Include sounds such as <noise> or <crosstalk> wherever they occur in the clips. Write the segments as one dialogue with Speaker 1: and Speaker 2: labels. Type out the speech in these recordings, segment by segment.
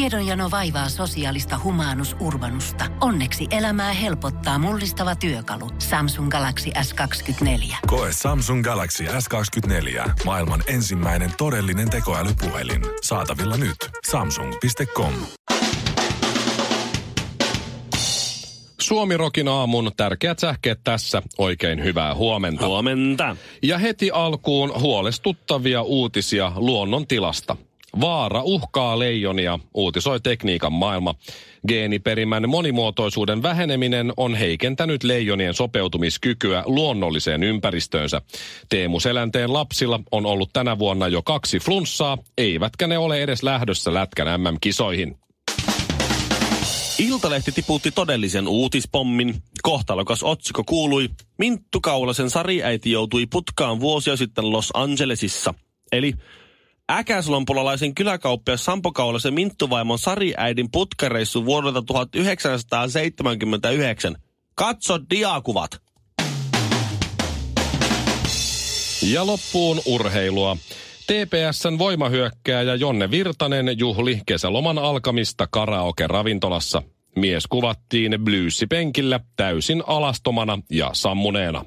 Speaker 1: Tiedonjano vaivaa sosiaalista humanus urbanusta. Onneksi elämää helpottaa mullistava työkalu. Samsung Galaxy S24.
Speaker 2: Koe Samsung Galaxy S24. Maailman ensimmäinen todellinen tekoälypuhelin. Saatavilla nyt. Samsung.com.
Speaker 3: Suomirokin aamun tärkeät sähkeet tässä. Oikein hyvää huomenta.
Speaker 4: Huomenta.
Speaker 3: Ja heti alkuun huolestuttavia uutisia luonnon tilasta. Vaara uhkaa leijonia, uutisoi tekniikan maailma. Geeniperimän monimuotoisuuden väheneminen on heikentänyt leijonien sopeutumiskykyä luonnolliseen ympäristöönsä. Teemu Selänteen lapsilla on ollut tänä vuonna jo kaksi flunssaa, eivätkä ne ole edes lähdössä lätkän MM-kisoihin.
Speaker 4: Iltalehti tiputti todellisen uutispommin. Kohtalokas otsikko kuului, Minttu Kaulasen sariäiti joutui putkaan vuosia sitten Los Angelesissa. Eli äkäslompulalaisen kyläkauppias Sampo Kaulasen Minttuvaimon sariäidin putkareissu vuodelta 1979. Katso diakuvat!
Speaker 3: Ja loppuun urheilua. TPSn voimahyökkääjä Jonne Virtanen juhli kesäloman alkamista karaoke-ravintolassa. Mies kuvattiin blyyssipenkillä täysin alastomana ja sammuneena.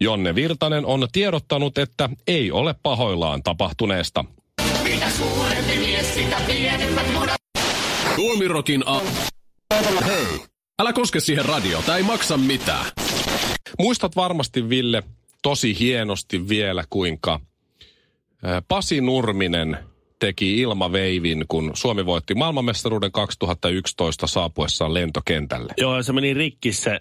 Speaker 3: Jonne Virtanen on tiedottanut, että ei ole pahoillaan tapahtuneesta.
Speaker 5: Tuomirokin a... Hei, älä koske siihen radio, tai ei maksa mitään.
Speaker 3: Muistat varmasti, Ville, tosi hienosti vielä, kuinka ää, Pasi Nurminen teki ilmaveivin, kun Suomi voitti maailmanmestaruuden 2011 saapuessaan lentokentälle.
Speaker 4: Joo, ja se meni rikki se,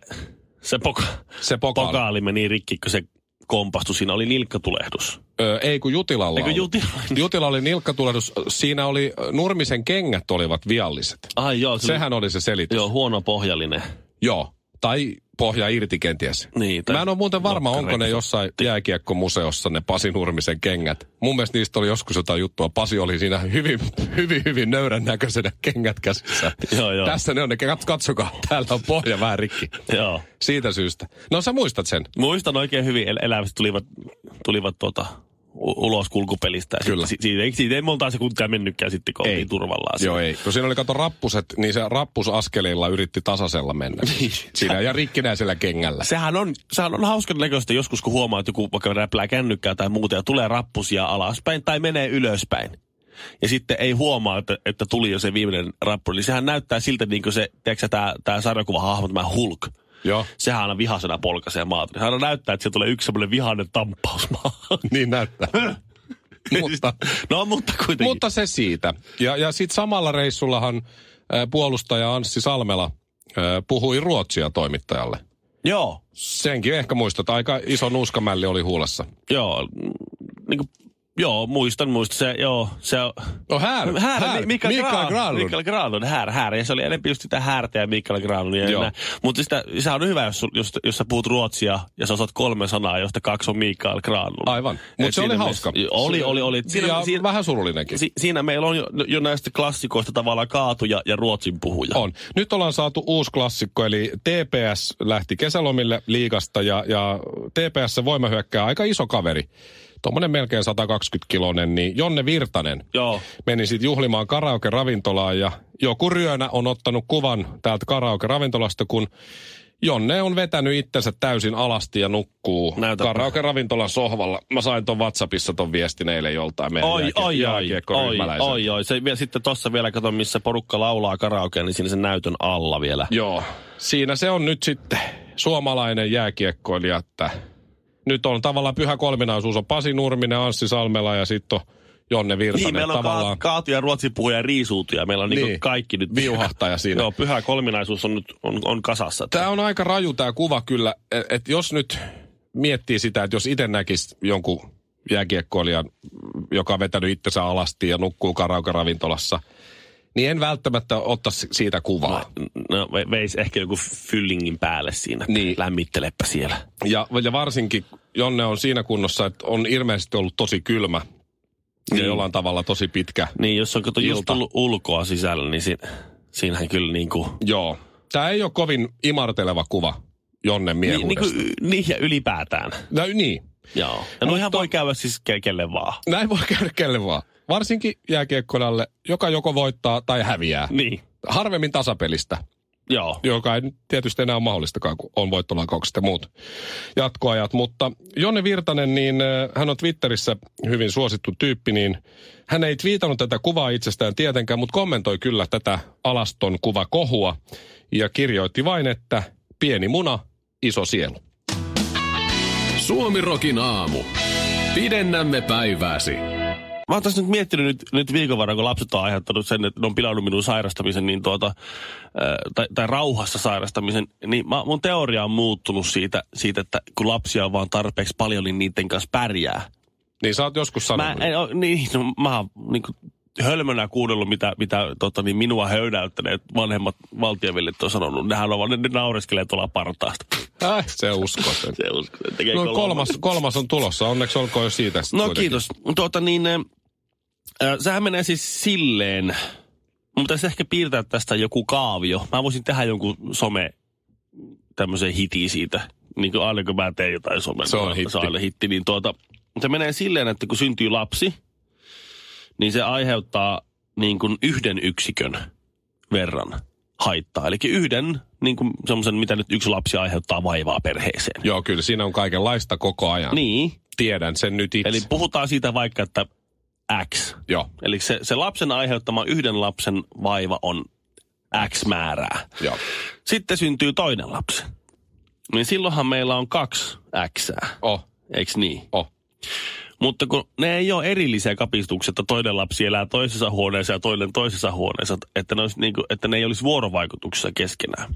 Speaker 4: se, poka-
Speaker 3: Se pokaali.
Speaker 4: pokaali meni rikki, kun se kompastui. Siinä oli nilkkatulehdus.
Speaker 3: Ö, ei kun Jutilalla
Speaker 4: Eikö
Speaker 3: oli.
Speaker 4: Jutila?
Speaker 3: Jutila oli nilkkatulehdus. Siinä oli, ö, Nurmisen kengät olivat vialliset.
Speaker 4: Ai joo, se
Speaker 3: Sehän oli se selitys.
Speaker 4: joo, huono pohjallinen.
Speaker 3: Joo. Tai pohja irti kenties.
Speaker 4: Niin, tai
Speaker 3: Mä en ole muuten varma,
Speaker 4: nokkareksi.
Speaker 3: onko ne jossain jääkiekkomuseossa ne Pasi Nurmisen kengät. Mun mielestä niistä oli joskus jotain juttua. Pasi oli siinä hyvin, hyvin, hyvin nöyrän näköisenä kengät käsissä.
Speaker 4: Joo, joo.
Speaker 3: Tässä ne on ne kengät. Katsokaa, täällä on pohja vähän rikki.
Speaker 4: Joo.
Speaker 3: Siitä syystä. No sä muistat sen.
Speaker 4: Muistan oikein hyvin, el- elävästi tulivat, tulivat tuota, u- ulos kulkupelistä. Ja
Speaker 3: Kyllä.
Speaker 4: Si- siitä, ei- siitä ei monta sekuntia mennytkään sitten, kun oltiin turvallaan.
Speaker 3: Joo, ei. No siinä oli kato rappuset, niin se rappusaskeleilla yritti tasasella mennä.
Speaker 4: Niin.
Speaker 3: siinä ja rikkinäisellä kengällä.
Speaker 4: Sehän on, sehän on hauskan näköistä joskus, kun huomaa, että joku vaikka räplää kännykkää tai muuta ja tulee rappusia alaspäin tai menee ylöspäin. Ja sitten ei huomaa, että, että tuli jo se viimeinen rappu. Niin sehän näyttää siltä, niin kuin se, tiedätkö tämä, tämä sarjakuvahahmo, tämä Hulk.
Speaker 3: Joo.
Speaker 4: Sehän aina vihasena polkaisee maata. Sehän aina näyttää, että se tulee yksi semmoinen vihainen tamppaus maahan.
Speaker 3: <laughs> Niin näyttää. <laughs> mutta, <laughs>
Speaker 4: <laughs> No, mutta kuitenkin.
Speaker 3: mutta se siitä. Ja, ja sitten samalla reissullahan ää, puolustaja Anssi Salmela ää, puhui ruotsia toimittajalle.
Speaker 4: Joo,
Speaker 3: Senkin ehkä muistat, aika iso nuuskamälli oli huulassa.
Speaker 4: joo, niin kuin, joo, muistan, muistan. Se, joo, se on...
Speaker 3: No häärä,
Speaker 4: Häärä, Mi- Mikael,
Speaker 3: Mikael
Speaker 4: Mikael Granlund.
Speaker 3: Granlund.
Speaker 4: Mikael Granlund, häärä, häärä. Ja se oli enemmän just sitä häärtä ja Mikael
Speaker 3: Joo.
Speaker 4: Granlundia. Mutta sitä, se on hyvä, jos, sul- jos, jos sä puhut ruotsia ja sä osaat kolme sanaa, josta kaksi on Mikael Granlund.
Speaker 3: Aivan.
Speaker 4: Et
Speaker 3: Mutta se
Speaker 4: siinä
Speaker 3: oli
Speaker 4: mielessä-
Speaker 3: hauska.
Speaker 4: Oli, oli, oli.
Speaker 3: Siinä, ja siinä, vähän surullinenkin.
Speaker 4: si, siinä meillä on jo, jo näistä klassikoista tavallaan kaatuja ja ruotsin puhuja.
Speaker 3: On. Nyt ollaan saatu uusi klassikko, eli TPS lähti kesälomille liigasta ja, ja TPS voimahyökkää aika iso kaveri. Tuommoinen melkein 120-kilonen, niin Jonne Virtanen
Speaker 4: Joo.
Speaker 3: meni sitten juhlimaan karaoke-ravintolaan ja joku ryönä on ottanut kuvan täältä karaoke-ravintolasta, kun Jonne on vetänyt itsensä täysin alasti ja nukkuu
Speaker 4: Näytäpä.
Speaker 3: karaoke-ravintolan sohvalla. Mä sain ton WhatsAppissa ton viestin eilen joltain meidän
Speaker 4: Oi,
Speaker 3: jääkie-
Speaker 4: oi, oi, oi,
Speaker 3: jääkiekkoryhmäläiseltä.
Speaker 4: oi, oi. Se, vie- sitten tossa vielä, kato, missä porukka laulaa karaokea, niin siinä sen näytön alla vielä.
Speaker 3: Joo, siinä se on nyt sitten suomalainen jääkiekkoilija, että nyt on tavallaan pyhä kolminaisuus on Pasi Nurminen, Anssi Salmela ja sitten on Jonne Virtanen
Speaker 4: Niin, meillä on
Speaker 3: tavallaan.
Speaker 4: ka- kaatuja, ruotsin puhuja ja riisuutuja. Meillä on niin.
Speaker 3: Niin.
Speaker 4: Niin kaikki nyt.
Speaker 3: Viuhahtaja siinä.
Speaker 4: Joo, pyhä kolminaisuus on nyt on, on kasassa.
Speaker 3: Tämä on aika raju tämä kuva kyllä, että et jos nyt miettii sitä, että jos itse näkisi jonkun jääkiekkoilijan, joka on vetänyt itsensä alasti ja nukkuu karaoke-ravintolassa, niin en välttämättä ottaisi siitä kuvaa.
Speaker 4: No, ve- veis ehkä joku fyllingin päälle siinä.
Speaker 3: Niin.
Speaker 4: Lämmittelepä siellä.
Speaker 3: Ja, ja varsinkin Jonne on siinä kunnossa, että on ilmeisesti ollut tosi kylmä ja
Speaker 4: Niin.
Speaker 3: jollain tavalla tosi pitkä.
Speaker 4: Niin, jos on kato just
Speaker 3: Ilta.
Speaker 4: tullut ulkoa sisällä, niin si- siinähän kyllä niinku...
Speaker 3: Joo. Tämä ei ole kovin imarteleva kuva Jonne
Speaker 4: Niin, niinku
Speaker 3: miehuudesta. Niin,
Speaker 4: y- niin, ja ylipäätään.
Speaker 3: niin, niin.
Speaker 4: Joo. Ja noihan voi käydä siis ke- kelle vaan.
Speaker 3: Näin voi <laughs> käydä kelle vaan. Varsinkin jääkiekkoilalle, joka joko voittaa tai häviää.
Speaker 4: Niin.
Speaker 3: Harvemmin tasapelistä,
Speaker 4: Joo.
Speaker 3: joka ei nyt tietysti enää ole mahdollistakaan, kun on voittolaukaukset ja muut jatkoajat. Mutta Jonne Virtanen, niin äh, hän on Twitterissä hyvin suosittu tyyppi, niin hän ei twiitannut tätä kuvaa itsestään tietenkään, mutta kommentoi kyllä tätä alaston kuvakohua ja kirjoitti vain, että pieni muna, iso sielu.
Speaker 5: Suomi Rokin aamu. Pidennämme päivääsi.
Speaker 4: Mä oon tässä nyt miettinyt nyt, nyt viikon varrella, kun lapset on aiheuttanut sen, että ne on pilannut minun sairastamisen, niin tuota, ää, tai, tai, rauhassa sairastamisen, niin mä, mun teoria on muuttunut siitä, siitä, että kun lapsia on vaan tarpeeksi paljon, niin niiden kanssa pärjää.
Speaker 3: Niin sä oot joskus
Speaker 4: Mä
Speaker 3: sanonut.
Speaker 4: en, oo- niin, no, mä oon niin kuin, hölmönä kuunnellut, mitä, mitä tota, niin minua höydäyttäneet vanhemmat valtiovillit on sanonut. Nehän on vaan, ne, ne naureskelee tuolla partaasta. <laughs>
Speaker 3: Äh, se uskoo sen.
Speaker 4: Se on, se tekee
Speaker 3: No
Speaker 4: kolmas-
Speaker 3: kolmas, kolmas on tulossa, onneksi olkoon jo siitä. sitten
Speaker 4: No
Speaker 3: kuitenkin.
Speaker 4: kiitos. Tuota niin, äh, sehän menee siis silleen, mun pitäisi ehkä piirtää tästä joku kaavio. Mä voisin tehdä jonkun some tämmöisen hitin siitä. Niin kuin aina kun mä teen jotain somen,
Speaker 3: Se on
Speaker 4: mä-
Speaker 3: hitti.
Speaker 4: Se on aina hitti. Niin tuota, se menee silleen, että kun syntyy lapsi, niin se aiheuttaa niin kuin yhden yksikön verran haittaa. Eli yhden niin kuin semmoisen, mitä nyt yksi lapsi aiheuttaa vaivaa perheeseen.
Speaker 3: Joo, kyllä siinä on kaikenlaista koko ajan.
Speaker 4: Niin.
Speaker 3: Tiedän sen nyt itse.
Speaker 4: Eli puhutaan siitä vaikka, että X.
Speaker 3: Joo,
Speaker 4: Eli se, se lapsen aiheuttama yhden lapsen vaiva on X määrää.
Speaker 3: joo.
Speaker 4: Sitten syntyy toinen lapsi. Niin silloinhan meillä on kaksi X,
Speaker 3: Oh,
Speaker 4: eiks niin?
Speaker 3: oh.
Speaker 4: Mutta kun ne ei ole erillisiä kapistuksia, että toinen lapsi elää toisessa huoneessa ja toinen toisessa huoneessa, että ne, olisi niin kuin, että ne ei olisi vuorovaikutuksessa keskenään.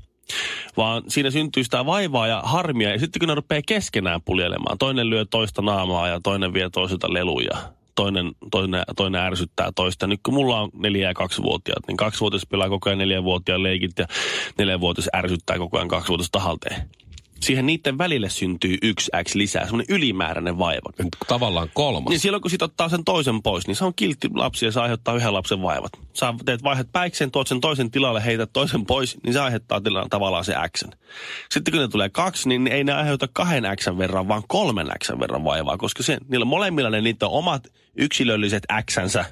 Speaker 4: Vaan siinä syntyy sitä vaivaa ja harmia, ja sitten kun ne rupeaa keskenään puljelemaan, toinen lyö toista naamaa ja toinen vie toiselta leluja, toinen, toinen, toinen ärsyttää toista. Nyt kun mulla on neljä- ja kaksivuotiaat, niin kaksivuotias pelaa koko ajan neljävuotiaan leikit ja neljävuotias ärsyttää koko ajan kaksivuotias tahalteen. Siihen niiden välille syntyy yksi X lisää, semmoinen ylimääräinen vaiva.
Speaker 3: Tavallaan kolmas.
Speaker 4: Niin silloin kun sit ottaa sen toisen pois, niin se on kiltti lapsi ja se aiheuttaa yhden lapsen vaivat. Sä teet vaihet päikseen, tuot sen toisen tilalle, heität toisen pois, niin se aiheuttaa tila- tavallaan se X. Sitten kun ne tulee kaksi, niin ei ne aiheuta kahden X verran, vaan kolmen X verran vaivaa, koska se, niillä molemmilla ne niitä on omat yksilölliset Xnsä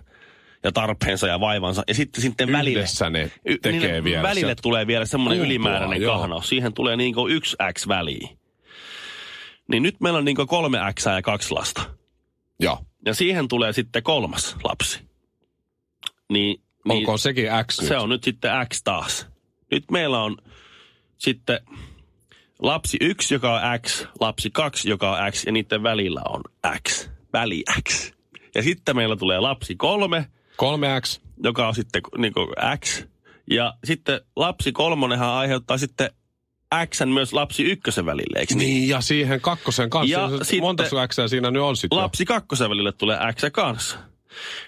Speaker 4: ja tarpeensa ja vaivansa. Ja sitten, sitten välille,
Speaker 3: Yhdessä ne
Speaker 4: y- niin
Speaker 3: tekee
Speaker 4: niille
Speaker 3: vielä
Speaker 4: välille
Speaker 3: sieltä.
Speaker 4: tulee vielä semmoinen
Speaker 3: Kumpuaa,
Speaker 4: ylimääräinen
Speaker 3: joo.
Speaker 4: kahnaus. Siihen tulee niin kuin yksi X väliin. Niin nyt meillä on niin kuin kolme X ja kaksi lasta.
Speaker 3: Joo.
Speaker 4: Ja siihen tulee sitten kolmas lapsi. Niin, niin
Speaker 3: Onko sekin X nyt?
Speaker 4: se on nyt sitten X taas. Nyt meillä on sitten lapsi 1, joka on X, lapsi 2, joka on X, ja niiden välillä on X, väli X. Ja sitten meillä tulee lapsi 3,
Speaker 3: Kolme X.
Speaker 4: joka on sitten niin kuin X. Ja sitten lapsi kolmonenhan aiheuttaa sitten X myös lapsi ykkösen välille, eikö niin?
Speaker 3: Niin, ja siihen kakkosen kanssa.
Speaker 4: Ja
Speaker 3: Ja
Speaker 4: sitten-
Speaker 3: Monta sitten... X siinä nyt on sitten?
Speaker 4: lapsi kakkosen välille tulee X kanssa.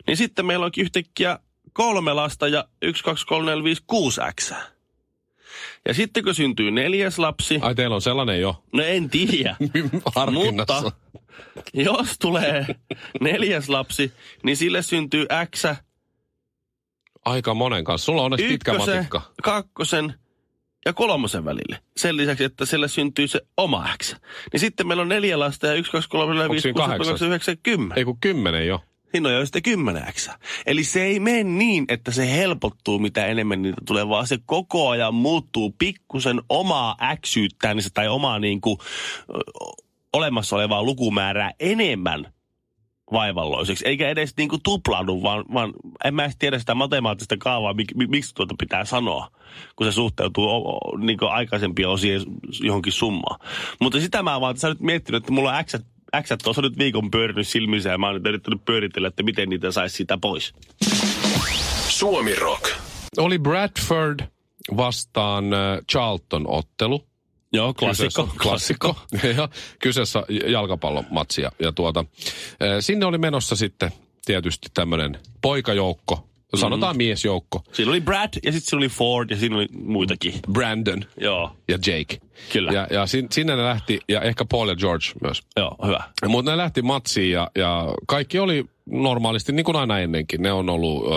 Speaker 4: Niin sitten meillä onkin yhtäkkiä kolme lasta ja 1, 2, 3, 4, 5, 6 X. Ja sitten kun syntyy neljäs lapsi,
Speaker 3: Ai teillä on sellainen jo.
Speaker 4: no
Speaker 3: <laughs>
Speaker 4: en tiedä,
Speaker 3: Niin Harkinnassa.
Speaker 4: <laughs> mutta jos tulee neljäs lapsi, niin sille syntyy X,
Speaker 3: Aika monen kanssa. Sulla on onneksi pitkä
Speaker 4: ykkösen,
Speaker 3: matikka.
Speaker 4: kakkosen ja kolmosen välille. Sen lisäksi, että sille syntyy se oma X. Niin sitten meillä on neljä lasta ja 1, 2, 3, 4, 5,
Speaker 3: siinä
Speaker 4: 6, 7, 8,
Speaker 3: kahdeksan?
Speaker 4: 9, 10.
Speaker 3: Ei kun kymmenen jo.
Speaker 4: niin on jo sitten 10 x. Eli se ei mene niin, että se helpottuu mitä enemmän niitä tulee, vaan se koko ajan muuttuu pikkusen omaa äksyyttänsä tai omaa niin kuin, ö, olemassa olevaa lukumäärää enemmän vaivalloiseksi. Eikä edes niin kuin tuplaudu, vaan, vaan en mä edes tiedä sitä matemaattista kaavaa, mik, mi- miksi tuota pitää sanoa, kun se suhteutuu o, o, niin kuin aikaisempien osien johonkin summaan. Mutta sitä mä vaan tässä nyt miettinyt, että mulla on X, X tuossa nyt viikon pyörinyt silmissä ja mä oon nyt yrittänyt pyöritellä, että miten niitä saisi siitä pois.
Speaker 5: Suomi Rock.
Speaker 3: Oli Bradford vastaan äh, Charlton-ottelu.
Speaker 4: Joo,
Speaker 3: Kyseessä- <laughs> klassikko. ja kyseessä jalkapallomatsi. Ja, ja tuota, eh, sinne oli menossa sitten tietysti tämmöinen poikajoukko, sanotaan miesjoukko,
Speaker 4: Siinä oli Brad ja sitten siinä oli Ford ja siinä oli muitakin.
Speaker 3: Brandon
Speaker 4: Mm. Joo,
Speaker 3: ja Jake.
Speaker 4: Kyllä.
Speaker 3: Ja, ja sin, sinne ne lähti, ja ehkä Paul ja George myös.
Speaker 4: joo, hyvä.
Speaker 3: Mutta ne lähti matsiin ja, ja kaikki oli normaalisti, niin kuin aina ennenkin. Ne on ollut äh,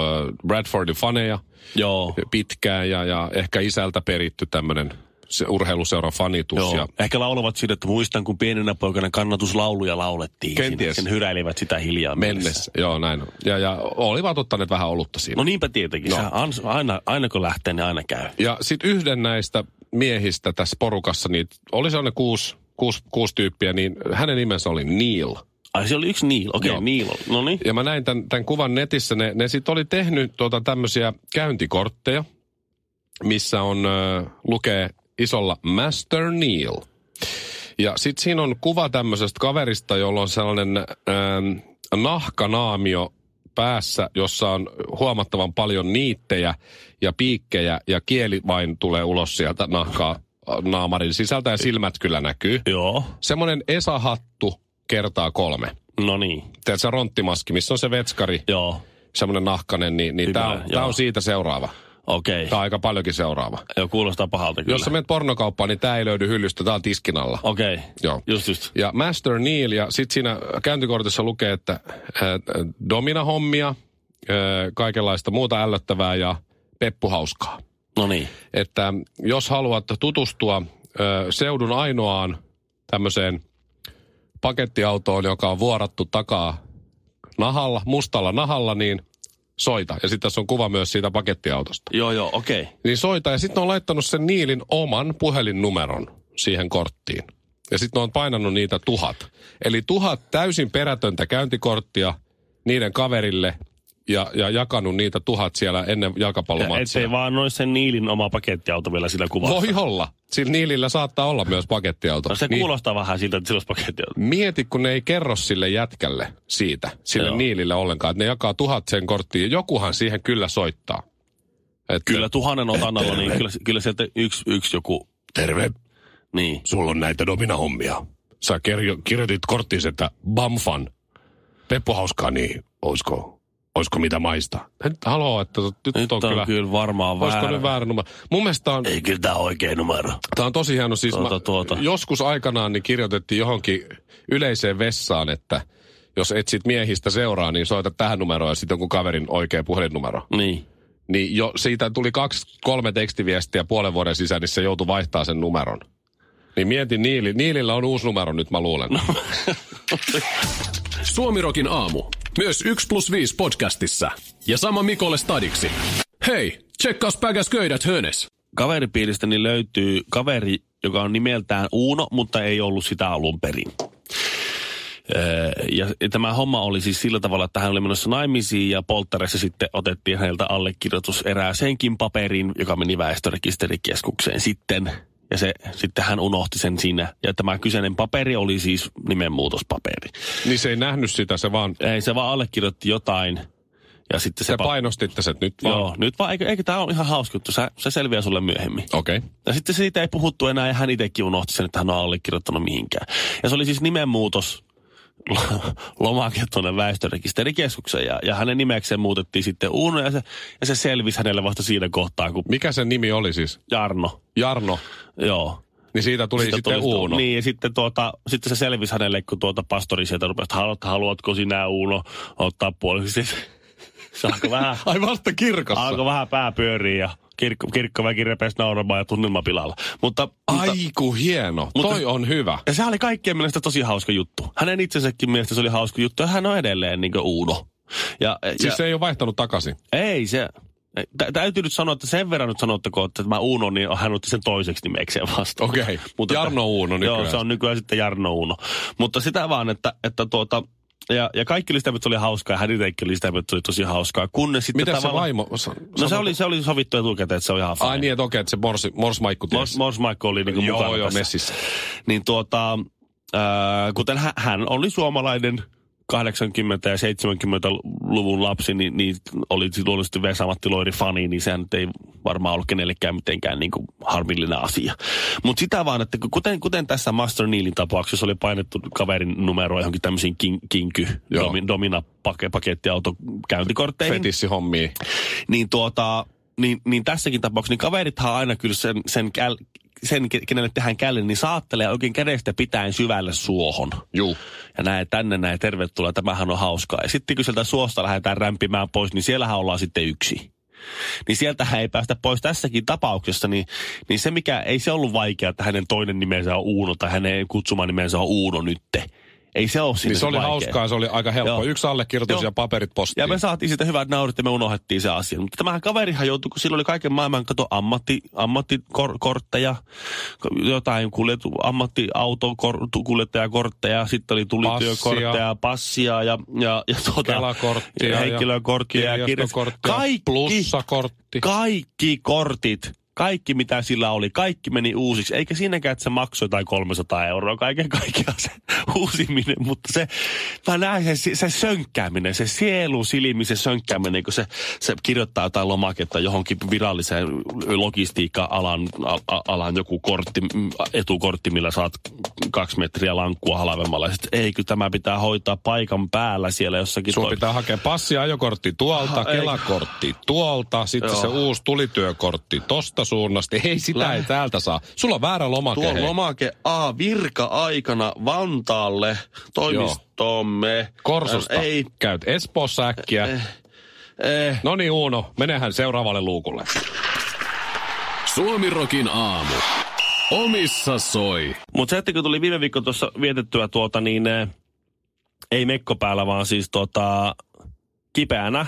Speaker 3: Bradfordin faneja
Speaker 4: Joo.
Speaker 3: pitkään ja, ja ehkä isältä peritty tämmöinen se urheiluseuran fanitus.
Speaker 4: Joo.
Speaker 3: Ja,
Speaker 4: Ehkä laulavat siitä, että muistan, kun pienenä poikana kannatuslauluja laulettiin.
Speaker 3: Kenties.
Speaker 4: Siinä. Sen hyräilivät sitä hiljaa
Speaker 3: Mennessä, joo näin. on. Ja, ja olivat ottaneet vähän olutta siinä.
Speaker 4: No niinpä tietenkin.
Speaker 3: No.
Speaker 4: No. Ans, aina, aina kun lähtee, niin aina käy.
Speaker 3: Ja sitten yhden näistä miehistä tässä porukassa, niin oli sellainen kuusi, kuusi, kuusi tyyppiä, niin hänen nimensä oli Neil.
Speaker 4: Ai se oli yksi Niil. Okei,
Speaker 3: Joo.
Speaker 4: okay, Niil. No niin.
Speaker 3: Ja mä näin tämän, tämän kuvan netissä. Ne, ne sitten oli tehnyt tuota tämmöisiä käyntikortteja, missä on, ö, lukee isolla Master Neil. Ja sitten siinä on kuva tämmöisestä kaverista, jolla on sellainen ö, nahkanaamio päässä, jossa on huomattavan paljon niittejä ja piikkejä ja kieli vain tulee ulos sieltä nahkaa naamarin sisältä ja silmät kyllä näkyy.
Speaker 4: Joo.
Speaker 3: Semmoinen Esa-hattu kertaa kolme.
Speaker 4: No niin.
Speaker 3: Tiedätkö, se ronttimaski, missä on se vetskari,
Speaker 4: Joo.
Speaker 3: semmoinen nahkanen, niin, niin
Speaker 4: Hyvä,
Speaker 3: tämä on,
Speaker 4: joo.
Speaker 3: tää on siitä seuraava.
Speaker 4: Okei.
Speaker 3: Tämä
Speaker 4: Okay.
Speaker 3: on aika paljonkin seuraava. Kyllä.
Speaker 4: Joo, kuulostaa pahalta kyllä.
Speaker 3: Jos sä menet pornokauppaan, niin tämä ei löydy hyllystä, tämä on tiskin alla.
Speaker 4: Okei. Okay.
Speaker 3: Joo.
Speaker 4: Just just.
Speaker 3: Ja Master Neil, ja sitten siinä käyntikortissa lukee, että äh, domina-hommia, äh, kaikenlaista muuta ällöttävää ja peppuhauskaa.
Speaker 4: No niin.
Speaker 3: Että jos haluat tutustua äh, seudun ainoaan tämmöiseen pakettiautoon, joka on vuorattu takaa nahalla, mustalla nahalla, niin soita. Ja sitten tässä on kuva myös siitä pakettiautosta.
Speaker 4: Joo, joo, okei. Okay.
Speaker 3: Niin soita ja sitten on laittanut sen Niilin oman puhelinnumeron siihen korttiin. Ja sitten on painanut niitä tuhat. Eli tuhat täysin perätöntä käyntikorttia niiden kaverille ja, ja jakanut niitä tuhat siellä ennen jalkapallomatsia.
Speaker 4: Ettei vaan noin sen Niilin oma pakettiauto vielä sillä kuvassa.
Speaker 3: Voi olla. Sillä Niilillä saattaa olla myös pakettiauto.
Speaker 4: No se
Speaker 3: Niin-
Speaker 4: kuulostaa vähän siltä, että sillä olisi pakettiauto.
Speaker 3: Mieti, kun ne ei kerro sille jätkälle siitä, sille Joo.
Speaker 4: Joo.
Speaker 3: niilille ollenkaan. Että ne jakaa tuhat sen korttiin ja jokuhan siihen kyllä soittaa. Että
Speaker 4: Kyllä tuhannen otannalla, niin kyllä, kyllä sieltä yksi, yksi joku,
Speaker 2: Terve,
Speaker 4: niin.
Speaker 2: sulla on näitä domina-hommia. Sä kerjo, kirjoitit korttiin, että Bamfan. Peppu hauskaa, niin oisko, oisko mitä maista?
Speaker 3: Nyt haloo, että nyt,
Speaker 4: Nyt on kyllä, kyllä varmaan
Speaker 3: Olisiko
Speaker 4: väärä.
Speaker 3: nyt väärä numero? Mun mielestä tää on,
Speaker 4: Ei kyllä tämä oikea numero.
Speaker 3: tää on tosi hieno. Siis
Speaker 4: Tuota, tuota.
Speaker 3: Joskus aikanaan niin kirjoitettiin johonkin yleiseen vessaan, että jos etsit miehistä seuraa, niin soita tähän numeroon ja sitten jonkun kaverin oikea puhelinnumero.
Speaker 4: Niin.
Speaker 3: Niin jo siitä tuli kaksi, kolme tekstiviestiä puolen vuoden sisään, niin se joutui vaihtaa sen numeron. Niin mietin, Niili, Niilillä on uusi numero nyt, mä luulen. No.
Speaker 5: <laughs> Suomirokin aamu. Myös 1 plus 5 podcastissa. Ja sama Mikolle stadiksi. Hei, tsekkaus päkäs köydät hönes.
Speaker 4: Kaveripiiristäni niin löytyy kaveri, joka on nimeltään Uuno, mutta ei ollut sitä alun perin. Öö, Ja tämä homma oli siis sillä tavalla, että hän oli menossa naimisiin ja polttareissa sitten otettiin häneltä allekirjoitus erää senkin paperiin, joka meni väestörekisterikeskukseen sitten. Ja se, sitten hän unohti sen siinä. Ja tämä kyseinen paperi oli siis nimenmuutospaperi.
Speaker 3: Niin se ei nähnyt sitä, se vaan,
Speaker 4: Ei, se vaan allekirjoitti jotain. Ja sitten se,
Speaker 3: te
Speaker 4: pa-
Speaker 3: painostitte sen nyt vaan.
Speaker 4: Joo, nyt vaan, eikö, eikö tämä on ihan hauska juttu, sä, se selviää sulle myöhemmin.
Speaker 3: Okei. Okay.
Speaker 4: Ja sitten siitä ei puhuttu enää ja hän itsekin unohti sen, että hän on allekirjoittanut mihinkään. Ja se oli siis nimenmuutos <laughs> lomake tuonne väestörekisterikeskukseen ja, ja hänen nimekseen muutettiin sitten Uuno ja se, ja se selvisi hänelle vasta siinä kohtaa, kun
Speaker 3: Mikä sen nimi oli siis?
Speaker 4: Jarno,
Speaker 3: Jarno.
Speaker 4: joo.
Speaker 3: Niin siitä tuli sitten, sitten
Speaker 4: tuli-
Speaker 3: Uuno.
Speaker 4: Niin, ja sitten, tuota, sitten se selvisi hänelle, kun tuota pastori sieltä rupesi, että haluat- haluatko sinä Uuno ottaa puoliksi. <laughs> Sitten Se alkoi vähän
Speaker 3: Ai vasta kirkassa.
Speaker 4: Alkoi vähän pää pyöriä ja kirkko, kirkkoväki repesi nauramaan ja tunnelma pilalla. Mutta, mutta
Speaker 3: Aiku hieno. Mutta...
Speaker 4: Mutta-
Speaker 3: Toi on hyvä.
Speaker 4: ja sehän oli kaikkien mielestä tosi hauska juttu. Hänen itsensäkin mielestä se oli hauska juttu ja hän on edelleen niin kuin Uuno. Ja, ja,
Speaker 3: Siis se ei ole vaihtanut takaisin.
Speaker 4: Ei se... tä- Täytyy nyt sanoa, että sen verran nyt sanottakoon, että tämä Uuno, niin hän otti sen toiseksi nimekseen vasta.
Speaker 3: Okei. Jarno Uuno nykyään.
Speaker 4: Joo, se on nykyään sitten Jarno Uuno. Mutta sitä vaan, että, että tuota, ja, ja kaikki oli sitä, mieltä, että se oli hauskaa, ja hän itsekin oli sitä, mieltä, että se oli tosi hauskaa. Kunnes sitten
Speaker 3: Miten se
Speaker 4: tavallaan...
Speaker 3: vaimo? sa-
Speaker 4: No se
Speaker 3: sano-
Speaker 4: oli, se oli sovittu etukäteen, että se on ihan
Speaker 3: Ai
Speaker 4: fine.
Speaker 3: niin, että okei, että se morsi, morsmaikku
Speaker 4: Mors,
Speaker 3: tiesi.
Speaker 4: Mors Michael oli niin
Speaker 3: Joo,
Speaker 4: mukana
Speaker 3: joo,
Speaker 4: tässä.
Speaker 3: messissä.
Speaker 4: Niin tuota, ää, kuten hän, hän oli suomalainen 80- ja 70-luvun lapsi, niin, niin oli luonnollisesti Vesa-Matti Loiri fani, niin sehän nyt ei varmaan ollut kenellekään mitenkään niin kuin harmillinen asia. Mutta sitä vaan, että kuten, kuten tässä Master Neilin tapauksessa oli painettu kaverin numero johonkin tämmöisiin kin, kinky,
Speaker 3: Joo.
Speaker 4: domi, domina pake, pakettiautokäyntikortteihin,
Speaker 3: Fetissihommia.
Speaker 4: niin, tuota, niin, niin tässäkin tapauksessa, niin kaverithan aina kyllä sen, sen, käl, sen ke- kenelle tehdään källe, niin saattelee oikein kädestä pitäen syvälle suohon.
Speaker 3: Juu.
Speaker 4: Ja näin tänne, näin tervetuloa, tämähän on hauskaa. Ja sitten kun sieltä suosta lähdetään rämpimään pois, niin siellähän ollaan sitten yksi. niin sieltähän ei päästä pois tässäkin tapauksessa, niin, niin se mikä, ei se ollut vaikea, että hänen toinen nimensä on Uuno tai hänen kutsumaan nimensä on Uuno nytte. Ei se ole
Speaker 3: Niin se oli
Speaker 4: vaikea.
Speaker 3: hauskaa, se oli aika helppo.
Speaker 4: Joo.
Speaker 3: Yksi allekirjoitus
Speaker 4: Joo.
Speaker 3: ja paperit postiin.
Speaker 4: Ja me saatiin siitä hyvät naurit ja me unohdettiin se asia. Mutta tämähän kaverihan joutui, kun sillä oli kaiken maailman kato ammatti, ammattikortteja, jotain kuljetu, ammattiautokuljettajakortteja, sitten oli tulityökortteja, passia ja, ja, ja tuota,
Speaker 3: Kelakorttia ja
Speaker 4: henkilökortteja, ja
Speaker 3: kirjastokorttia,
Speaker 4: kaikki,
Speaker 3: plussakortti.
Speaker 4: kaikki kortit, kaikki mitä sillä oli, kaikki meni uusiksi. Eikä siinäkään, että se maksoi jotain 300 euroa kaiken kaikkiaan se uusiminen, mutta se, mä näen se, se sönkkääminen, se sielun silmi, se sönkkääminen, kun se, se kirjoittaa jotain lomaketta johonkin viralliseen logistiikka-alan a, a, alan joku kortti, mm, etukortti, millä saat kaksi metriä lankkua halvemmalla. Sitten, eikö tämä pitää hoitaa paikan päällä siellä jossakin
Speaker 3: Sun
Speaker 4: toimi-
Speaker 3: pitää hakea passi, ajokortti tuolta,
Speaker 4: Ah, ei.
Speaker 3: kelakortti tuolta, sitten
Speaker 4: Joo.
Speaker 3: se uusi tulityökortti tosta suunnasta. Ei sitä
Speaker 4: Lä-
Speaker 3: ei täältä saa. Sulla on väärä lomake.
Speaker 4: Tuo
Speaker 3: hei.
Speaker 4: lomake A virka-aikana Vantaalle toimistomme.
Speaker 3: Korsusta.
Speaker 4: Äh, Ei,
Speaker 3: Käyt Espoossa äkkiä.
Speaker 4: eh,
Speaker 3: No niin Uuno, menehän seuraavalle luukulle.
Speaker 5: Suomirokin aamu. Omissa soi.
Speaker 4: Mutta se, että kun tuli viime viikko tuossa vietettyä tuota, niin eh, ei mekko päällä, vaan siis tuota, kipeänä.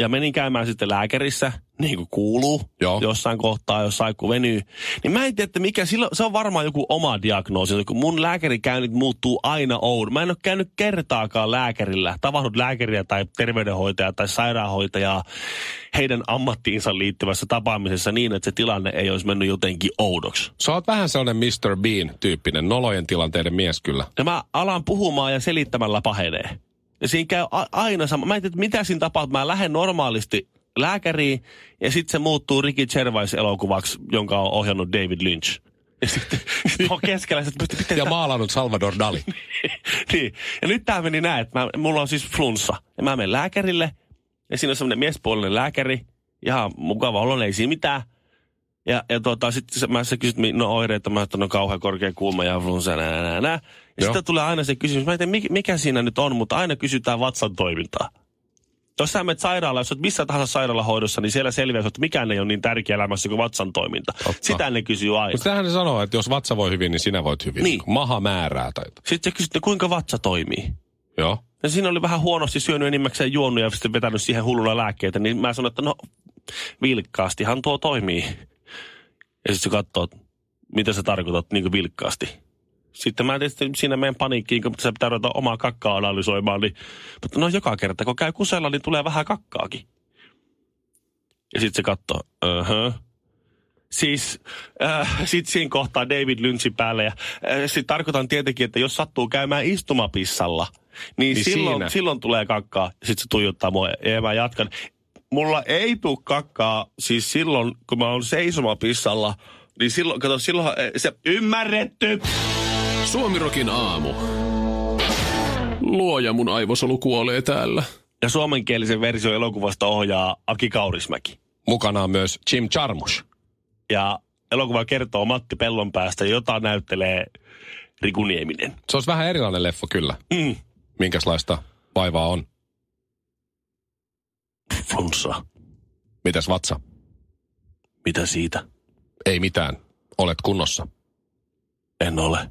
Speaker 4: Ja menin käymään sitten lääkärissä, niin kuin kuuluu,
Speaker 3: Joo.
Speaker 4: jossain kohtaa, jossain kun venyy. Niin mä en tiedä, että mikä, silloin, se on varmaan joku oma diagnoosi, kun mun lääkärikäynnit muuttuu aina oudon. Mä en ole käynyt kertaakaan lääkärillä, tavannut lääkäriä tai terveydenhoitajaa tai sairaanhoitajaa heidän ammattiinsa liittyvässä tapaamisessa niin, että se tilanne ei olisi mennyt jotenkin oudoksi.
Speaker 3: Sä oot vähän sellainen Mr. Bean-tyyppinen, nolojen tilanteiden mies kyllä.
Speaker 4: Ja mä alan puhumaan ja selittämällä pahenee. Ja siinä käy a- aina sama. Mä en tiedä, mitä siinä tapahtuu. Mä lähden normaalisti lääkäriin ja sitten se muuttuu Ricky Gervais-elokuvaksi, jonka on ohjannut David Lynch. Ja sitten sit <laughs> mä oon keskellä, sit, miten, miten
Speaker 3: Ja
Speaker 4: tää-
Speaker 3: maalannut Salvador
Speaker 4: <laughs>
Speaker 3: Dali.
Speaker 4: niin. Ja nyt tämä meni näin, että mä, mulla on siis flunssa. Ja mä menen lääkärille. Ja siinä on semmoinen miespuolinen lääkäri. Ihan mukava olla, ei siinä mitään. Ja, ja tota, sitten se, mä sä kysyt, mi- no oireita, mä että no kauhean korkea kuuma ja flunssa, nää, nää, nää. Ja
Speaker 3: Joo.
Speaker 4: sitten tulee aina se kysymys, mä en tiedä, mikä, mikä siinä nyt on, mutta aina kysytään vatsan toimintaa. Jos sä menet sairaalaan, jos olet missä tahansa sairaalahoidossa, niin siellä selviää, että mikään ei ole niin tärkeä elämässä kuin vatsan toiminta.
Speaker 3: Totta.
Speaker 4: Sitä ne kysyy aina.
Speaker 3: Mutta tähän ne sanoo, että jos vatsa voi hyvin, niin sinä voit hyvin.
Speaker 4: Niin.
Speaker 3: Maha määrää tai jotain.
Speaker 4: Sitten sä kysyt, no kuinka vatsa toimii?
Speaker 3: Joo.
Speaker 4: Ja siinä oli vähän huonosti syönyt enimmäkseen juonut ja sitten vetänyt siihen hulluna lääkkeitä. Niin mä sanoin, että no vilkkaastihan tuo toimii. Ja sitten se katsoo, että mitä sä tarkoitat niin kuin vilkkaasti. Sitten mä tietysti siinä menen paniikkiin, kun se pitää ruveta omaa kakkaa analysoimaan. Niin, mutta no joka kerta, kun käy kusella, niin tulee vähän kakkaakin. Ja sitten se katsoo, öhö. Siis äh, sit siinä kohtaa David Lynchin päälle ja äh, sit tarkoitan tietenkin, että jos sattuu käymään istumapissalla, niin,
Speaker 3: Niin
Speaker 4: niin silloin,
Speaker 3: siinä.
Speaker 4: silloin tulee kakkaa. Sitten se tuijottaa mua ja- ja mä jatkan. Mulla ei tuu kakkaa siis silloin, kun mä oon seisomapissalla, niin silloin, kato, silloin se ymmärretty.
Speaker 5: Suomirokin aamu. Luoja mun aivosolu kuolee täällä.
Speaker 4: Ja suomenkielisen version elokuvasta ohjaa Aki Kaurismäki.
Speaker 3: Mukana on myös Jim Charmus.
Speaker 4: Ja elokuva kertoo Matti Pellonpäästä, jota näyttelee Riku Nieminen.
Speaker 3: Se olisi vähän erilainen leffa kyllä.
Speaker 4: Mm.
Speaker 3: Minkäslaista vaivaa on?
Speaker 4: Flunssa.
Speaker 3: Mitäs vatsa?
Speaker 4: Mitä siitä?
Speaker 3: Ei mitään. Olet kunnossa.
Speaker 4: En ole.